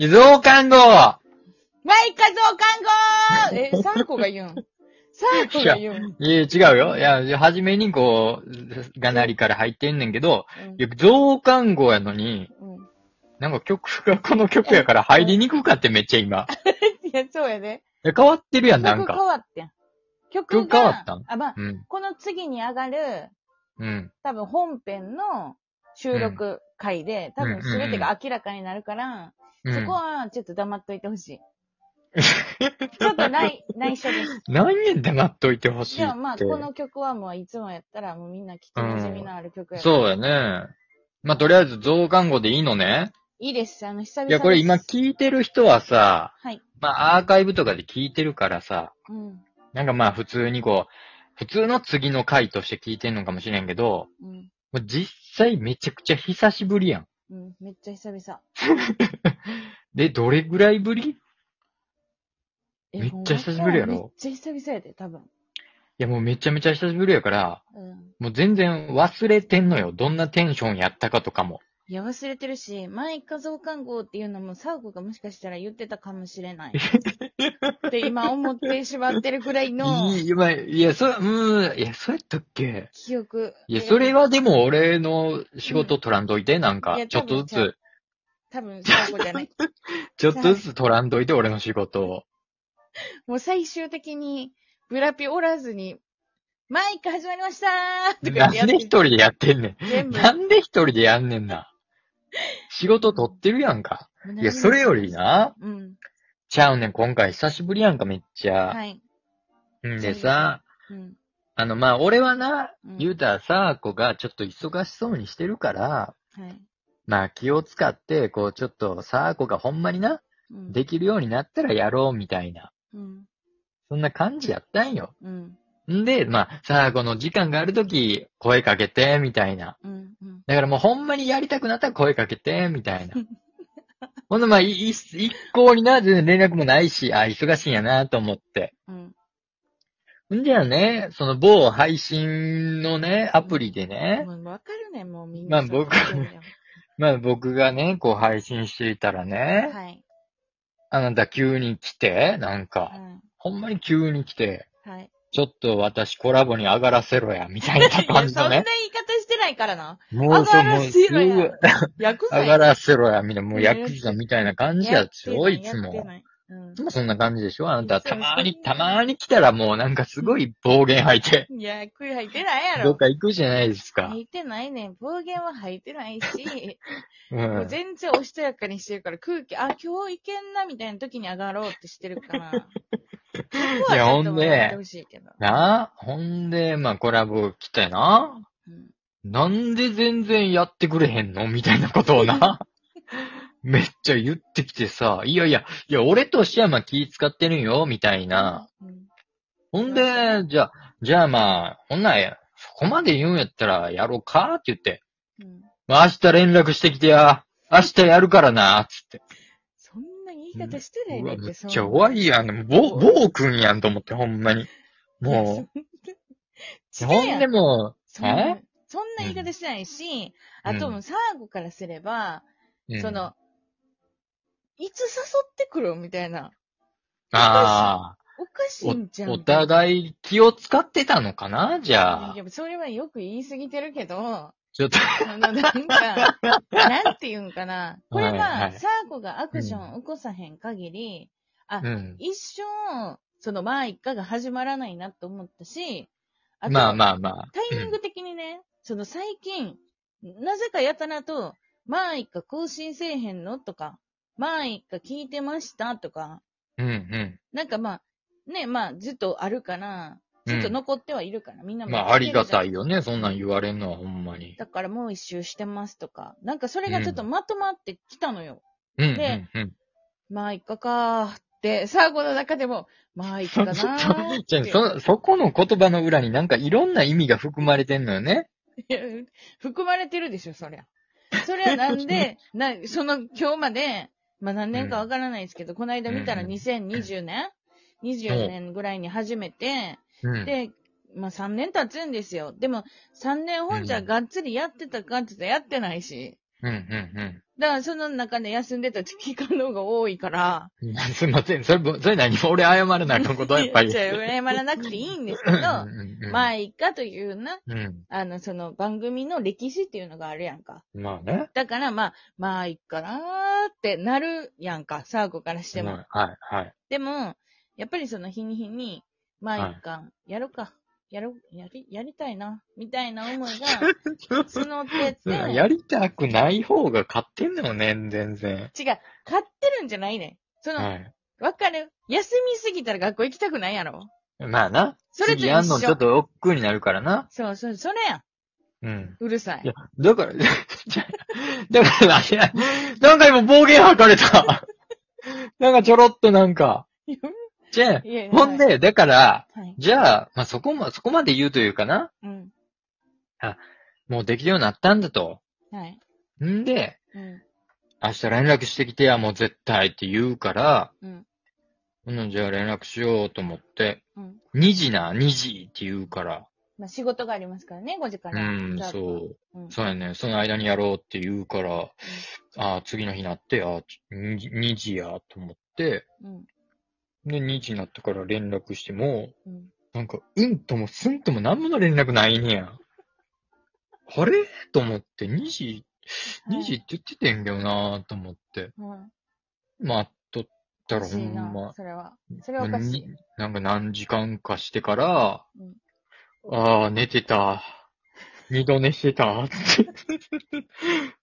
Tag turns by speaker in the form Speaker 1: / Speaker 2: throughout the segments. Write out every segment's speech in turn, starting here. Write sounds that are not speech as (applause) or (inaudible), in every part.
Speaker 1: 増刊号
Speaker 2: マイカ増刊号え、
Speaker 1: (laughs)
Speaker 2: サーコが言うん。サーコが言うん。
Speaker 1: いや、違うよ。いや、初めにこう、がなりから入ってんねんけど、
Speaker 2: うん
Speaker 1: いや、増刊号やのに、
Speaker 2: うん。
Speaker 1: なんか曲がこの曲やから入りにくかってめっちゃ今。
Speaker 2: いや、そうやで。
Speaker 1: いや、変わってるやん、なん
Speaker 2: 曲変
Speaker 1: か。
Speaker 2: わってん。曲
Speaker 1: 曲変わ
Speaker 2: が
Speaker 1: ったん、
Speaker 2: あ、まあ、
Speaker 1: うん。
Speaker 2: この次に上がる、
Speaker 1: うん。
Speaker 2: 多分本編の収録回で、多
Speaker 1: う
Speaker 2: 分
Speaker 1: んうんうん
Speaker 2: 全てが明らかになるから、
Speaker 1: う
Speaker 2: そこ
Speaker 1: ん。
Speaker 2: はちょっと黙っといて
Speaker 1: (laughs)
Speaker 2: ほしい。ちょっと内、内緒です。
Speaker 1: 何年黙っといてほしい
Speaker 2: で
Speaker 1: って
Speaker 2: も。まあ、この曲はもういつもやったら、もうみんな聞き馴染みのある曲やから。
Speaker 1: そうやね。まあ、とりあえず増刊号でいいのね。
Speaker 2: いいです。あの、久々
Speaker 1: いや、これ今
Speaker 2: です
Speaker 1: 聞いてる人はさ、
Speaker 2: はい。
Speaker 1: まあ、アーカイブとかで聞いてるからさ、
Speaker 2: うん。
Speaker 1: なんかまあ、普通にこう、普通の次の回として聞いてんのかもしれんけど、
Speaker 2: うん。
Speaker 1: もう実際めちゃくちゃ久しぶりやん。
Speaker 2: うん。めっちゃ久々。
Speaker 1: で、どれぐらいぶりい
Speaker 2: え
Speaker 1: めっちゃ久しぶりやろ
Speaker 2: ほんまめっちゃ久々やで、多分。
Speaker 1: や、もうめちゃめちゃ久しぶりやから、
Speaker 2: うん。
Speaker 1: もう全然忘れてんのよ。どんなテンションやったかとかも。
Speaker 2: いや、忘れてるし、前画像看護っていうのも、サウコがもしかしたら言ってたかもしれない。 (laughs) って今思ってしまってるぐらいの
Speaker 1: いい、まあいや、そ、うーん、いや、そうやったっけ
Speaker 2: 記憶。
Speaker 1: いや、それ
Speaker 2: は。
Speaker 1: はでも俺の仕事取らんといて、なんか
Speaker 2: いや、
Speaker 1: ちょっとず
Speaker 2: 多分
Speaker 1: つ、
Speaker 2: 多分、サウコじ
Speaker 1: (laughs)
Speaker 2: ゃない。
Speaker 1: ちょっとずつ取らんといて、俺の仕事を。
Speaker 2: もう最終的に、ブラピおらずに、マイク始まりましたーと
Speaker 1: な
Speaker 2: かっ
Speaker 1: ん
Speaker 2: て
Speaker 1: で
Speaker 2: やって
Speaker 1: 一人でやってんね
Speaker 2: 全
Speaker 1: ん。
Speaker 2: 部。
Speaker 1: なんで一人でやんねんな。仕事取ってるやんか。いや、それより。な、
Speaker 2: うん。
Speaker 1: ちゃうねん、今回久しぶりやんか、めっちゃ。
Speaker 2: はい。
Speaker 1: うんでさ、
Speaker 2: うん。
Speaker 1: あの、まあ、俺はな、
Speaker 2: うん
Speaker 1: 言うたらさ、子がちょっと忙しそうにしてるから、
Speaker 2: はい。
Speaker 1: まあ、気を使って、こう、ちょっと、さあ、子がほんまにな、
Speaker 2: うん、
Speaker 1: できるようになったらやろう、みたいな。
Speaker 2: うん。
Speaker 1: そんな感じやったんよ。
Speaker 2: うん。
Speaker 1: んで、まあ、さあ、この時間があるとき、声かけて、みたいな。
Speaker 2: うん。うん。
Speaker 1: だからもうほんまにやりたくなったら声かけて、みたいな。
Speaker 2: (laughs)
Speaker 1: ほんで、まあ、いい一向にな、全然連絡もないし、あ、忙しいんやな、と思って。
Speaker 2: うん。
Speaker 1: んじゃあね、その某配信のね、アプリでね、
Speaker 2: もうわかるね、もうみんな。
Speaker 1: まあ僕まあ僕がね、こう配信していたらね、
Speaker 2: はい。
Speaker 1: あなた急に来て、なんか、
Speaker 2: は
Speaker 1: ほんまに急に来て、
Speaker 2: い。はい。
Speaker 1: ちょっと私コラボに上がらせろや、みたいない
Speaker 2: や、
Speaker 1: 感じ
Speaker 2: そんな
Speaker 1: の
Speaker 2: 言い
Speaker 1: ね。
Speaker 2: 方して (laughs) ないからな。
Speaker 1: も
Speaker 2: 上がらせろ
Speaker 1: も
Speaker 2: や
Speaker 1: うすぐ
Speaker 2: ヤクザ
Speaker 1: 上が
Speaker 2: や。
Speaker 1: らせろや、みたいな、もうヤクザみたいな感じやっちょ、いつ
Speaker 2: やって
Speaker 1: も。
Speaker 2: ないうん
Speaker 1: いつもそんな感じでしょあなた、
Speaker 2: そうそ
Speaker 1: た
Speaker 2: う
Speaker 1: まーに、たまーに来たらもうなんかすごい暴言吐いて、
Speaker 2: いや、食い入ってないや
Speaker 1: どっ
Speaker 2: ろ。
Speaker 1: か行くじゃないですか
Speaker 2: 入。ってないねん。暴言は吐いてないし、
Speaker 1: (laughs) う。
Speaker 2: もうん全然おしとやかにしてるから空気、あ、今日いけんなみたいな時に上がろうってしてるから。
Speaker 1: いや、ほ
Speaker 2: ちょ
Speaker 1: ん
Speaker 2: っとやめ
Speaker 1: で
Speaker 2: て、ほしいけど。
Speaker 1: なあ、ほんで、まあコラボ来てな。
Speaker 2: うん
Speaker 1: なんで全然やってくれへんのみたいなことを
Speaker 2: (laughs)
Speaker 1: な。めっちゃ言ってきてさ、いやいや、いや、俺としてはまあ気使ってるよ、みたいな。。
Speaker 2: うん
Speaker 1: ほんで、じゃあ、じゃあまあ、ほんなんや、そこまで言うんやったらやろうかって言って。
Speaker 2: うん
Speaker 1: まあ明日連絡してきてや。明日やるからな、つって。
Speaker 2: そんな言い方してない
Speaker 1: うんう
Speaker 2: ね
Speaker 1: わ
Speaker 2: ん
Speaker 1: めっ
Speaker 2: そん
Speaker 1: ち
Speaker 2: な
Speaker 1: ゃ怖いやん。ぼ、ぼうくんやんと思って、ほんまに。もう。
Speaker 2: して
Speaker 1: ほ
Speaker 2: や
Speaker 1: ん
Speaker 2: ん
Speaker 1: でも
Speaker 2: そんな
Speaker 1: え
Speaker 2: そんな言い方してないし、
Speaker 1: うん
Speaker 2: あと
Speaker 1: う
Speaker 2: も
Speaker 1: ん
Speaker 2: うサーゴからすれば、
Speaker 1: う、うん
Speaker 2: その、いつ誘ってくるみたいな。
Speaker 1: ああ、
Speaker 2: おかしいんじゃん。
Speaker 1: お、お互い気を使ってたのかなじゃあ
Speaker 2: い。や、それはよく言い過ぎてるけど、
Speaker 1: ちょっと、
Speaker 2: そのなんか、なんていうんかな。これ
Speaker 1: はいは
Speaker 2: は、
Speaker 1: い
Speaker 2: サーゴがアクション起こさへん限り、
Speaker 1: うん。
Speaker 2: 一生、その、まあ一家が始まらないなと思ったし、と
Speaker 1: まあまあまあ。
Speaker 2: タイミング的にね、その最近、なぜかやたらと、まあ一か更新せえへんのとか、まあ一か聞いてましたとか、
Speaker 1: うんうん。
Speaker 2: なんかまあ、ね、まあずっとあるから、ずっと残ってはいるから、みんな
Speaker 1: うん
Speaker 2: も
Speaker 1: まあ、ありがた
Speaker 2: い。
Speaker 1: いよね。そんなん言われんのは、ほんまに。
Speaker 2: だからもう一周してますとか、なんかそれがちょっとまとまってきたのよ。
Speaker 1: うん
Speaker 2: で
Speaker 1: うんうん。
Speaker 2: まあ一かかーって、最後の中でも、まあ一
Speaker 1: そ
Speaker 2: かな
Speaker 1: (laughs)
Speaker 2: ーっ
Speaker 1: じゃあ
Speaker 2: て。
Speaker 1: そ、そこの言葉の裏になんかいろんな意味が含まれてんのよね。
Speaker 2: いや (laughs) 含まれてるでしょ、そりゃ。それはな
Speaker 1: (laughs)
Speaker 2: んで、な、その今日まで、まあ何年かわからないですけど、この間見たら
Speaker 1: うん
Speaker 2: 2020年 ?20 年ぐらいに初めて、
Speaker 1: うん。
Speaker 2: で、まあ3年経つんですよ。でも3年本じゃがっつりやってたかって言ったらやってないし。
Speaker 1: うん、うん、
Speaker 2: だからその中で休んでた期間の方が多いから。
Speaker 1: うん。 (laughs) すいません。それぶ、それ何俺謝らなあかんことはやっ
Speaker 2: (laughs)
Speaker 1: ぱり。
Speaker 2: じゃあ羨まらなくていいんですけ
Speaker 1: う
Speaker 2: ど
Speaker 1: ん、うん、うん。
Speaker 2: まあいいかというな、
Speaker 1: うん。
Speaker 2: あの、その番組の歴史っていうのがあるやんか。
Speaker 1: まあね。
Speaker 2: だからまあ、まあいいかなーってなるやんか、サーコからしても。
Speaker 1: うんはい、はい。
Speaker 2: でも、やっぱりその日に日に、まあいいか、やろうか、やろ、やり、やりたいな、みたいな思
Speaker 1: (laughs)
Speaker 2: いが募ってって、
Speaker 1: うん
Speaker 2: 違
Speaker 1: (laughs)
Speaker 2: う、
Speaker 1: やりたくない方が勝ってんのよね、全然。
Speaker 2: 買ってるんじゃないねん。その、わ、
Speaker 1: はい。
Speaker 2: かる休みすぎたら学校行きたくないやろ
Speaker 1: まあな。
Speaker 2: それと
Speaker 1: 次
Speaker 2: 一
Speaker 1: やんのちょっ
Speaker 2: 緒。
Speaker 1: と億劫になるからな。
Speaker 2: そう、そう、それやん。
Speaker 1: うん。
Speaker 2: うるさ
Speaker 1: い
Speaker 2: い。
Speaker 1: や、だ (laughs) から、だから、いやなんか今暴言吐かれた。
Speaker 2: (laughs)
Speaker 1: なんかちょろっとなんか。じゃあ
Speaker 2: いやいや
Speaker 1: ほん、で、だから、
Speaker 2: はい。
Speaker 1: じゃあ、まあ、そこも、そこまで言うというかな。
Speaker 2: うん。
Speaker 1: もうできるようになったんだと。
Speaker 2: はい。
Speaker 1: んで、
Speaker 2: うん。
Speaker 1: 明日連絡してきてや、もう絶対って言うから、
Speaker 2: うん。
Speaker 1: うん、じゃあ連絡しようと思って、
Speaker 2: うん。
Speaker 1: 2時な、2時って言うから、ま
Speaker 2: まあ仕事がありますからね、5時か
Speaker 1: う
Speaker 2: ら。
Speaker 1: ん、
Speaker 2: ザープ
Speaker 1: そう。
Speaker 2: うん。
Speaker 1: そうやね。その間にやろうって言うから、ああ、次の日なって、ああ、2時や、と思って、
Speaker 2: うん。
Speaker 1: で、2時になってから連絡しても、
Speaker 2: うん。
Speaker 1: なんか、うんともすんともなんもの連絡ないねや。あれと思って、2時、2時って言っててんけどなと思って。
Speaker 2: はい。
Speaker 1: 待っとった
Speaker 2: お
Speaker 1: ら
Speaker 2: か
Speaker 1: ほ
Speaker 2: しい
Speaker 1: ん
Speaker 2: な、
Speaker 1: ま。
Speaker 2: それは。それはおかしい。
Speaker 1: になんか何時間かしてから、
Speaker 2: うん
Speaker 1: ああ、寝てた。二度寝してた。 (laughs) って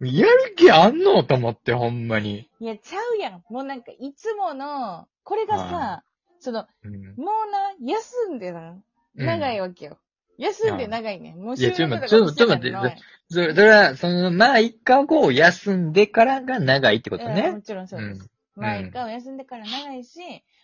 Speaker 1: やる気あんのと思って、ほんまに。
Speaker 2: いや、ちゃうやん。もうなんか、いつもの、これがさ、
Speaker 1: は
Speaker 2: その、
Speaker 1: うん
Speaker 2: もうな、休んでな、長いわけよ。休んで長いね。もう
Speaker 1: いや
Speaker 2: 収録
Speaker 1: ちょ
Speaker 2: と
Speaker 1: っ
Speaker 2: か
Speaker 1: とちょっと
Speaker 2: してたの
Speaker 1: 待ってそれ、それは、その、まあ、一回こう休んでからが長いってこと
Speaker 2: うん
Speaker 1: ね
Speaker 2: も。ちろんそうです。
Speaker 1: うん
Speaker 2: まあ、一回お休んでから長いし、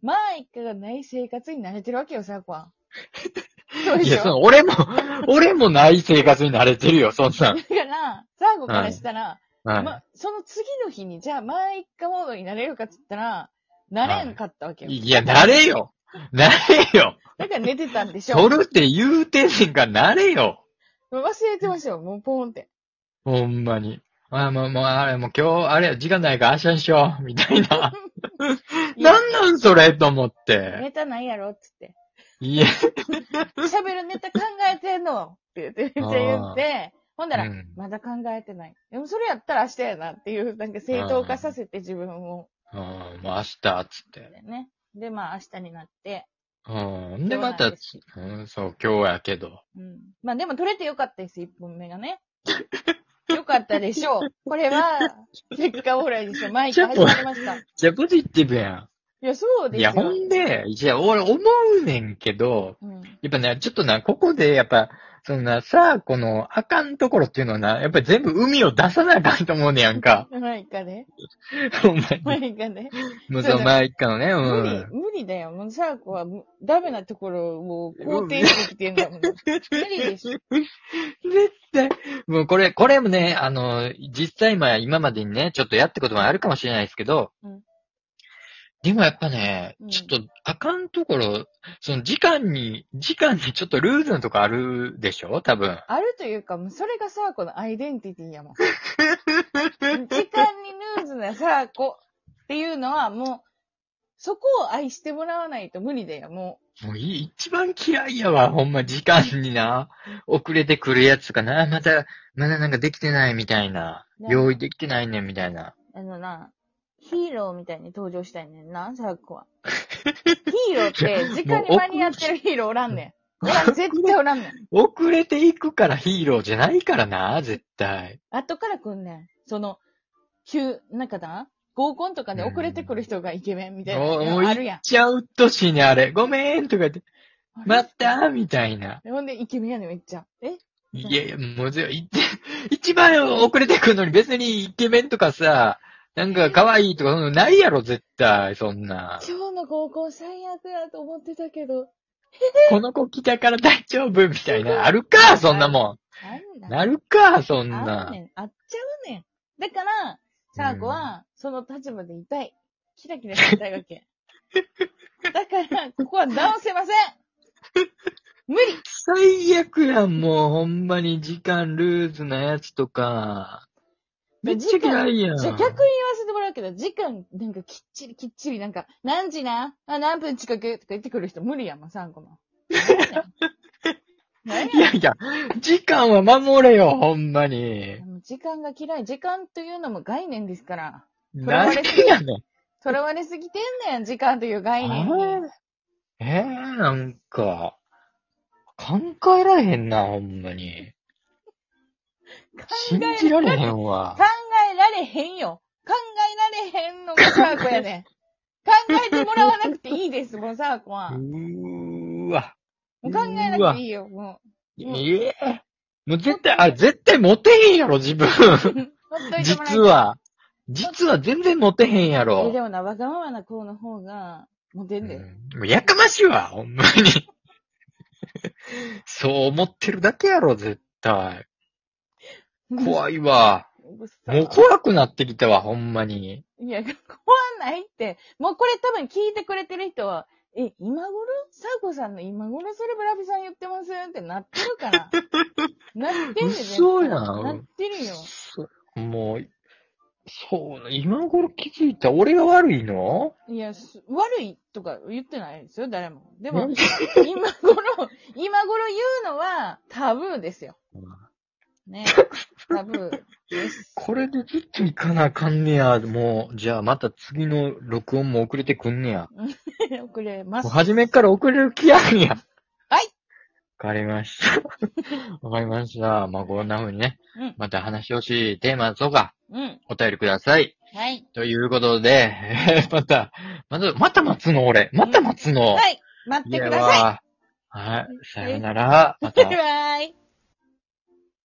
Speaker 2: まあ、一回がない生活に慣れてるわけよ、さこは。そうで
Speaker 1: い
Speaker 2: し
Speaker 1: や、そ
Speaker 2: ょ
Speaker 1: の、俺
Speaker 2: (laughs)
Speaker 1: も、俺もない生活に慣れてるよ、そんなん。
Speaker 2: だから、ザーゴからしたら、
Speaker 1: はい
Speaker 2: (laughs) まあ、その次の日に、じゃあ、まあ、一回モードになれるかって言ったら、なれんかったわけよ。
Speaker 1: いや、慣れよ。慣れよ。
Speaker 2: だから寝てたんでしょ。
Speaker 1: 取るって言うてんねんから慣れよ。
Speaker 2: 忘れてましたよ、もうポーンって。
Speaker 1: ほんまに。あ、もう、もう、あれ、もう今日、あれ、時間ないから明日にしよう、 (laughs) みたいな。なんなんそれと思っ
Speaker 2: ネ
Speaker 1: て。
Speaker 2: タないやろって言って。
Speaker 1: いや、
Speaker 2: 喋るネタ考えてんのって言って、
Speaker 1: あー
Speaker 2: 言って、ほんだら、
Speaker 1: うん
Speaker 2: まだ考えてない。でもそれやったら明日やなっていう、なんか正当化させて自分を、
Speaker 1: うん、もう明日、つって。
Speaker 2: ね。で、まあ明日になって、
Speaker 1: うん。で、また、
Speaker 2: 今
Speaker 1: う
Speaker 2: 日
Speaker 1: ん、そう、今日やけど。
Speaker 2: うん。まあでも取れてよかったです、一本目が
Speaker 1: (laughs)
Speaker 2: ね。よかったでしょう。これは、結果オーライでしょ。マイク始まりました。い
Speaker 1: じゃ、ポジティブや
Speaker 2: や、そうで
Speaker 1: ん。
Speaker 2: す
Speaker 1: いや、
Speaker 2: よ。
Speaker 1: ほんで、じゃあ、俺、思うねんけど、
Speaker 2: う
Speaker 1: や
Speaker 2: ん。
Speaker 1: っぱね、ちょっとな、ここで、やっぱ、そのな、さあ、この、あかんところっていうのはな、やっぱり全部海を出さなあかんと思うねやん (laughs) か。
Speaker 2: マイカで
Speaker 1: ほんま
Speaker 2: マ
Speaker 1: に。
Speaker 2: イカで
Speaker 1: もう、そう、前一回のね、う
Speaker 2: 無理、
Speaker 1: ん。
Speaker 2: 無理だよ。もう、サーコはむ、ダメなところを肯定してきてんだもん。無理でしょ。
Speaker 1: 絶対。もうこれ、これもね、あの、実際まあ今までにね、ちょっとやってこともあるかもしれないですけど、
Speaker 2: うん
Speaker 1: でもやっぱね
Speaker 2: う、ん
Speaker 1: ちょっとあかんところ、その時間に、時間に (laughs) ちょっとルーズのとこあるでしょ多分。
Speaker 2: あるというか、もう、それがサーコのアイデンティティやもん。時間にルーズなサーコっていうのは、もう、そこを愛してもらわないと無理だよ、も
Speaker 1: もういい、一番嫌いやわ、ほんま時間にな、遅れてくるやつかな、また、まだなんかできてないみたいな、
Speaker 2: ね
Speaker 1: 用意できてないねんみたいな。
Speaker 2: う。あのな、ヒーローみたいに登場したいねんな、サー
Speaker 1: (laughs)
Speaker 2: コは。ヒーローって、時間に間に合ってるヒーローおらんね
Speaker 1: (laughs)
Speaker 2: ん。おらん、絶対おらんねん。
Speaker 1: 遅れていくからヒーローじゃないからな、絶対。
Speaker 2: 後から来んねん。その、急、なんかな合コンとかで遅れてくる人がイケメンみたいな
Speaker 1: もうもう
Speaker 2: のあるやん。
Speaker 1: ちゃうっとしいね、あれ。ごめんとか言って、
Speaker 2: あ
Speaker 1: 待
Speaker 2: れ
Speaker 1: ったーみたいな。
Speaker 2: ほんで、イケメンやねん、めっちゃ。え
Speaker 1: いやいや、もうぜ、い一番遅れてくるのに別にイケメンとかさ、なんか可愛いとか、そんなのないやろ、絶対、そんな。
Speaker 2: 今日の合コン最悪やと思ってたけど。
Speaker 1: この子来たから大丈夫みたいな。あるか、そんなも
Speaker 2: なんだ
Speaker 1: ん。なるか、そん
Speaker 2: あん
Speaker 1: な
Speaker 2: ね。ん。あっちゃうねん。だから、サーコは、その立場でいたい。キラキラ (laughs) していたいわけ。だから、ここは直せません無理
Speaker 1: 最悪やん、もうほんまに時間ルーズなやつとか。 (laughs) めっちゃ嫌いやん。
Speaker 2: じゃあ逆に言わせてもらうけど、時間、なんかきっちりきっちり、なんか、何時なあ、何分遅刻とか言ってくる人無理やん、まさんこ
Speaker 1: (laughs)
Speaker 2: も。何やねん
Speaker 1: いやいや、時間は守れよ、ほんまに
Speaker 2: で。も時間が嫌い。時間というのも概念ですから。囚
Speaker 1: な
Speaker 2: わ
Speaker 1: ん
Speaker 2: れ
Speaker 1: で
Speaker 2: て
Speaker 1: やねん。
Speaker 2: 囚われすぎてんねん、時間という概念に。
Speaker 1: ええー、なんか、考えられへんな、ほんまに。
Speaker 2: 考
Speaker 1: 信
Speaker 2: え
Speaker 1: じられへんわ
Speaker 2: 考。えられへんよ。考えられへんのがサーコやねん。考えてもらわなくていいです、もうサーコは。も
Speaker 1: うーわ。
Speaker 2: う考えなくていいよ、もうん
Speaker 1: いえ。もう絶対、あれ絶対モテへんやろ、自分。
Speaker 2: う。ほっといてもらいたい
Speaker 1: 実。は。実は全然モテへんや
Speaker 2: え、
Speaker 1: ろ。
Speaker 2: でもな、わがままな子の方が、モテ
Speaker 1: うんん
Speaker 2: で。
Speaker 1: もうやかましいわ、ほんまに。 (laughs) そう思ってるだけやろ、絶対。
Speaker 2: (laughs)
Speaker 1: 怖いわ。もう怖くなってきたわ、ほんまに。
Speaker 2: いや、怖ないって。もうこれ多分聞いてくれてる人は、え、今頃サーコさんの今頃それブラビさん言ってますってなって
Speaker 1: (laughs)
Speaker 2: るから。なってるね。
Speaker 1: 嘘やん
Speaker 2: なってるよ。
Speaker 1: もう、そう、今頃気づいた。俺が悪いの
Speaker 2: いや、す悪いとか言ってないですよ、誰も。
Speaker 1: で
Speaker 2: でも、今頃、今頃言うのはタブーですよ。ね。タブー
Speaker 1: (laughs)
Speaker 2: です。
Speaker 1: これでずっと行かなあかんねや。もう、じゃあまた次の録音も遅れてくんねや。
Speaker 2: 遅れま
Speaker 1: も
Speaker 2: す
Speaker 1: う。初めっから遅れる気あるんや。
Speaker 2: はい
Speaker 1: わかりました。 (laughs) わかりました。まあこんな風にね、
Speaker 2: うん
Speaker 1: また話してほしいテーマとか、
Speaker 2: うん。
Speaker 1: お便りください。
Speaker 2: はい。
Speaker 1: ということで、 (laughs) また、また、また待つの俺。また待つの。
Speaker 2: はい。待ってください。
Speaker 1: いや。はい。さよなら。また
Speaker 2: バイ。バイ。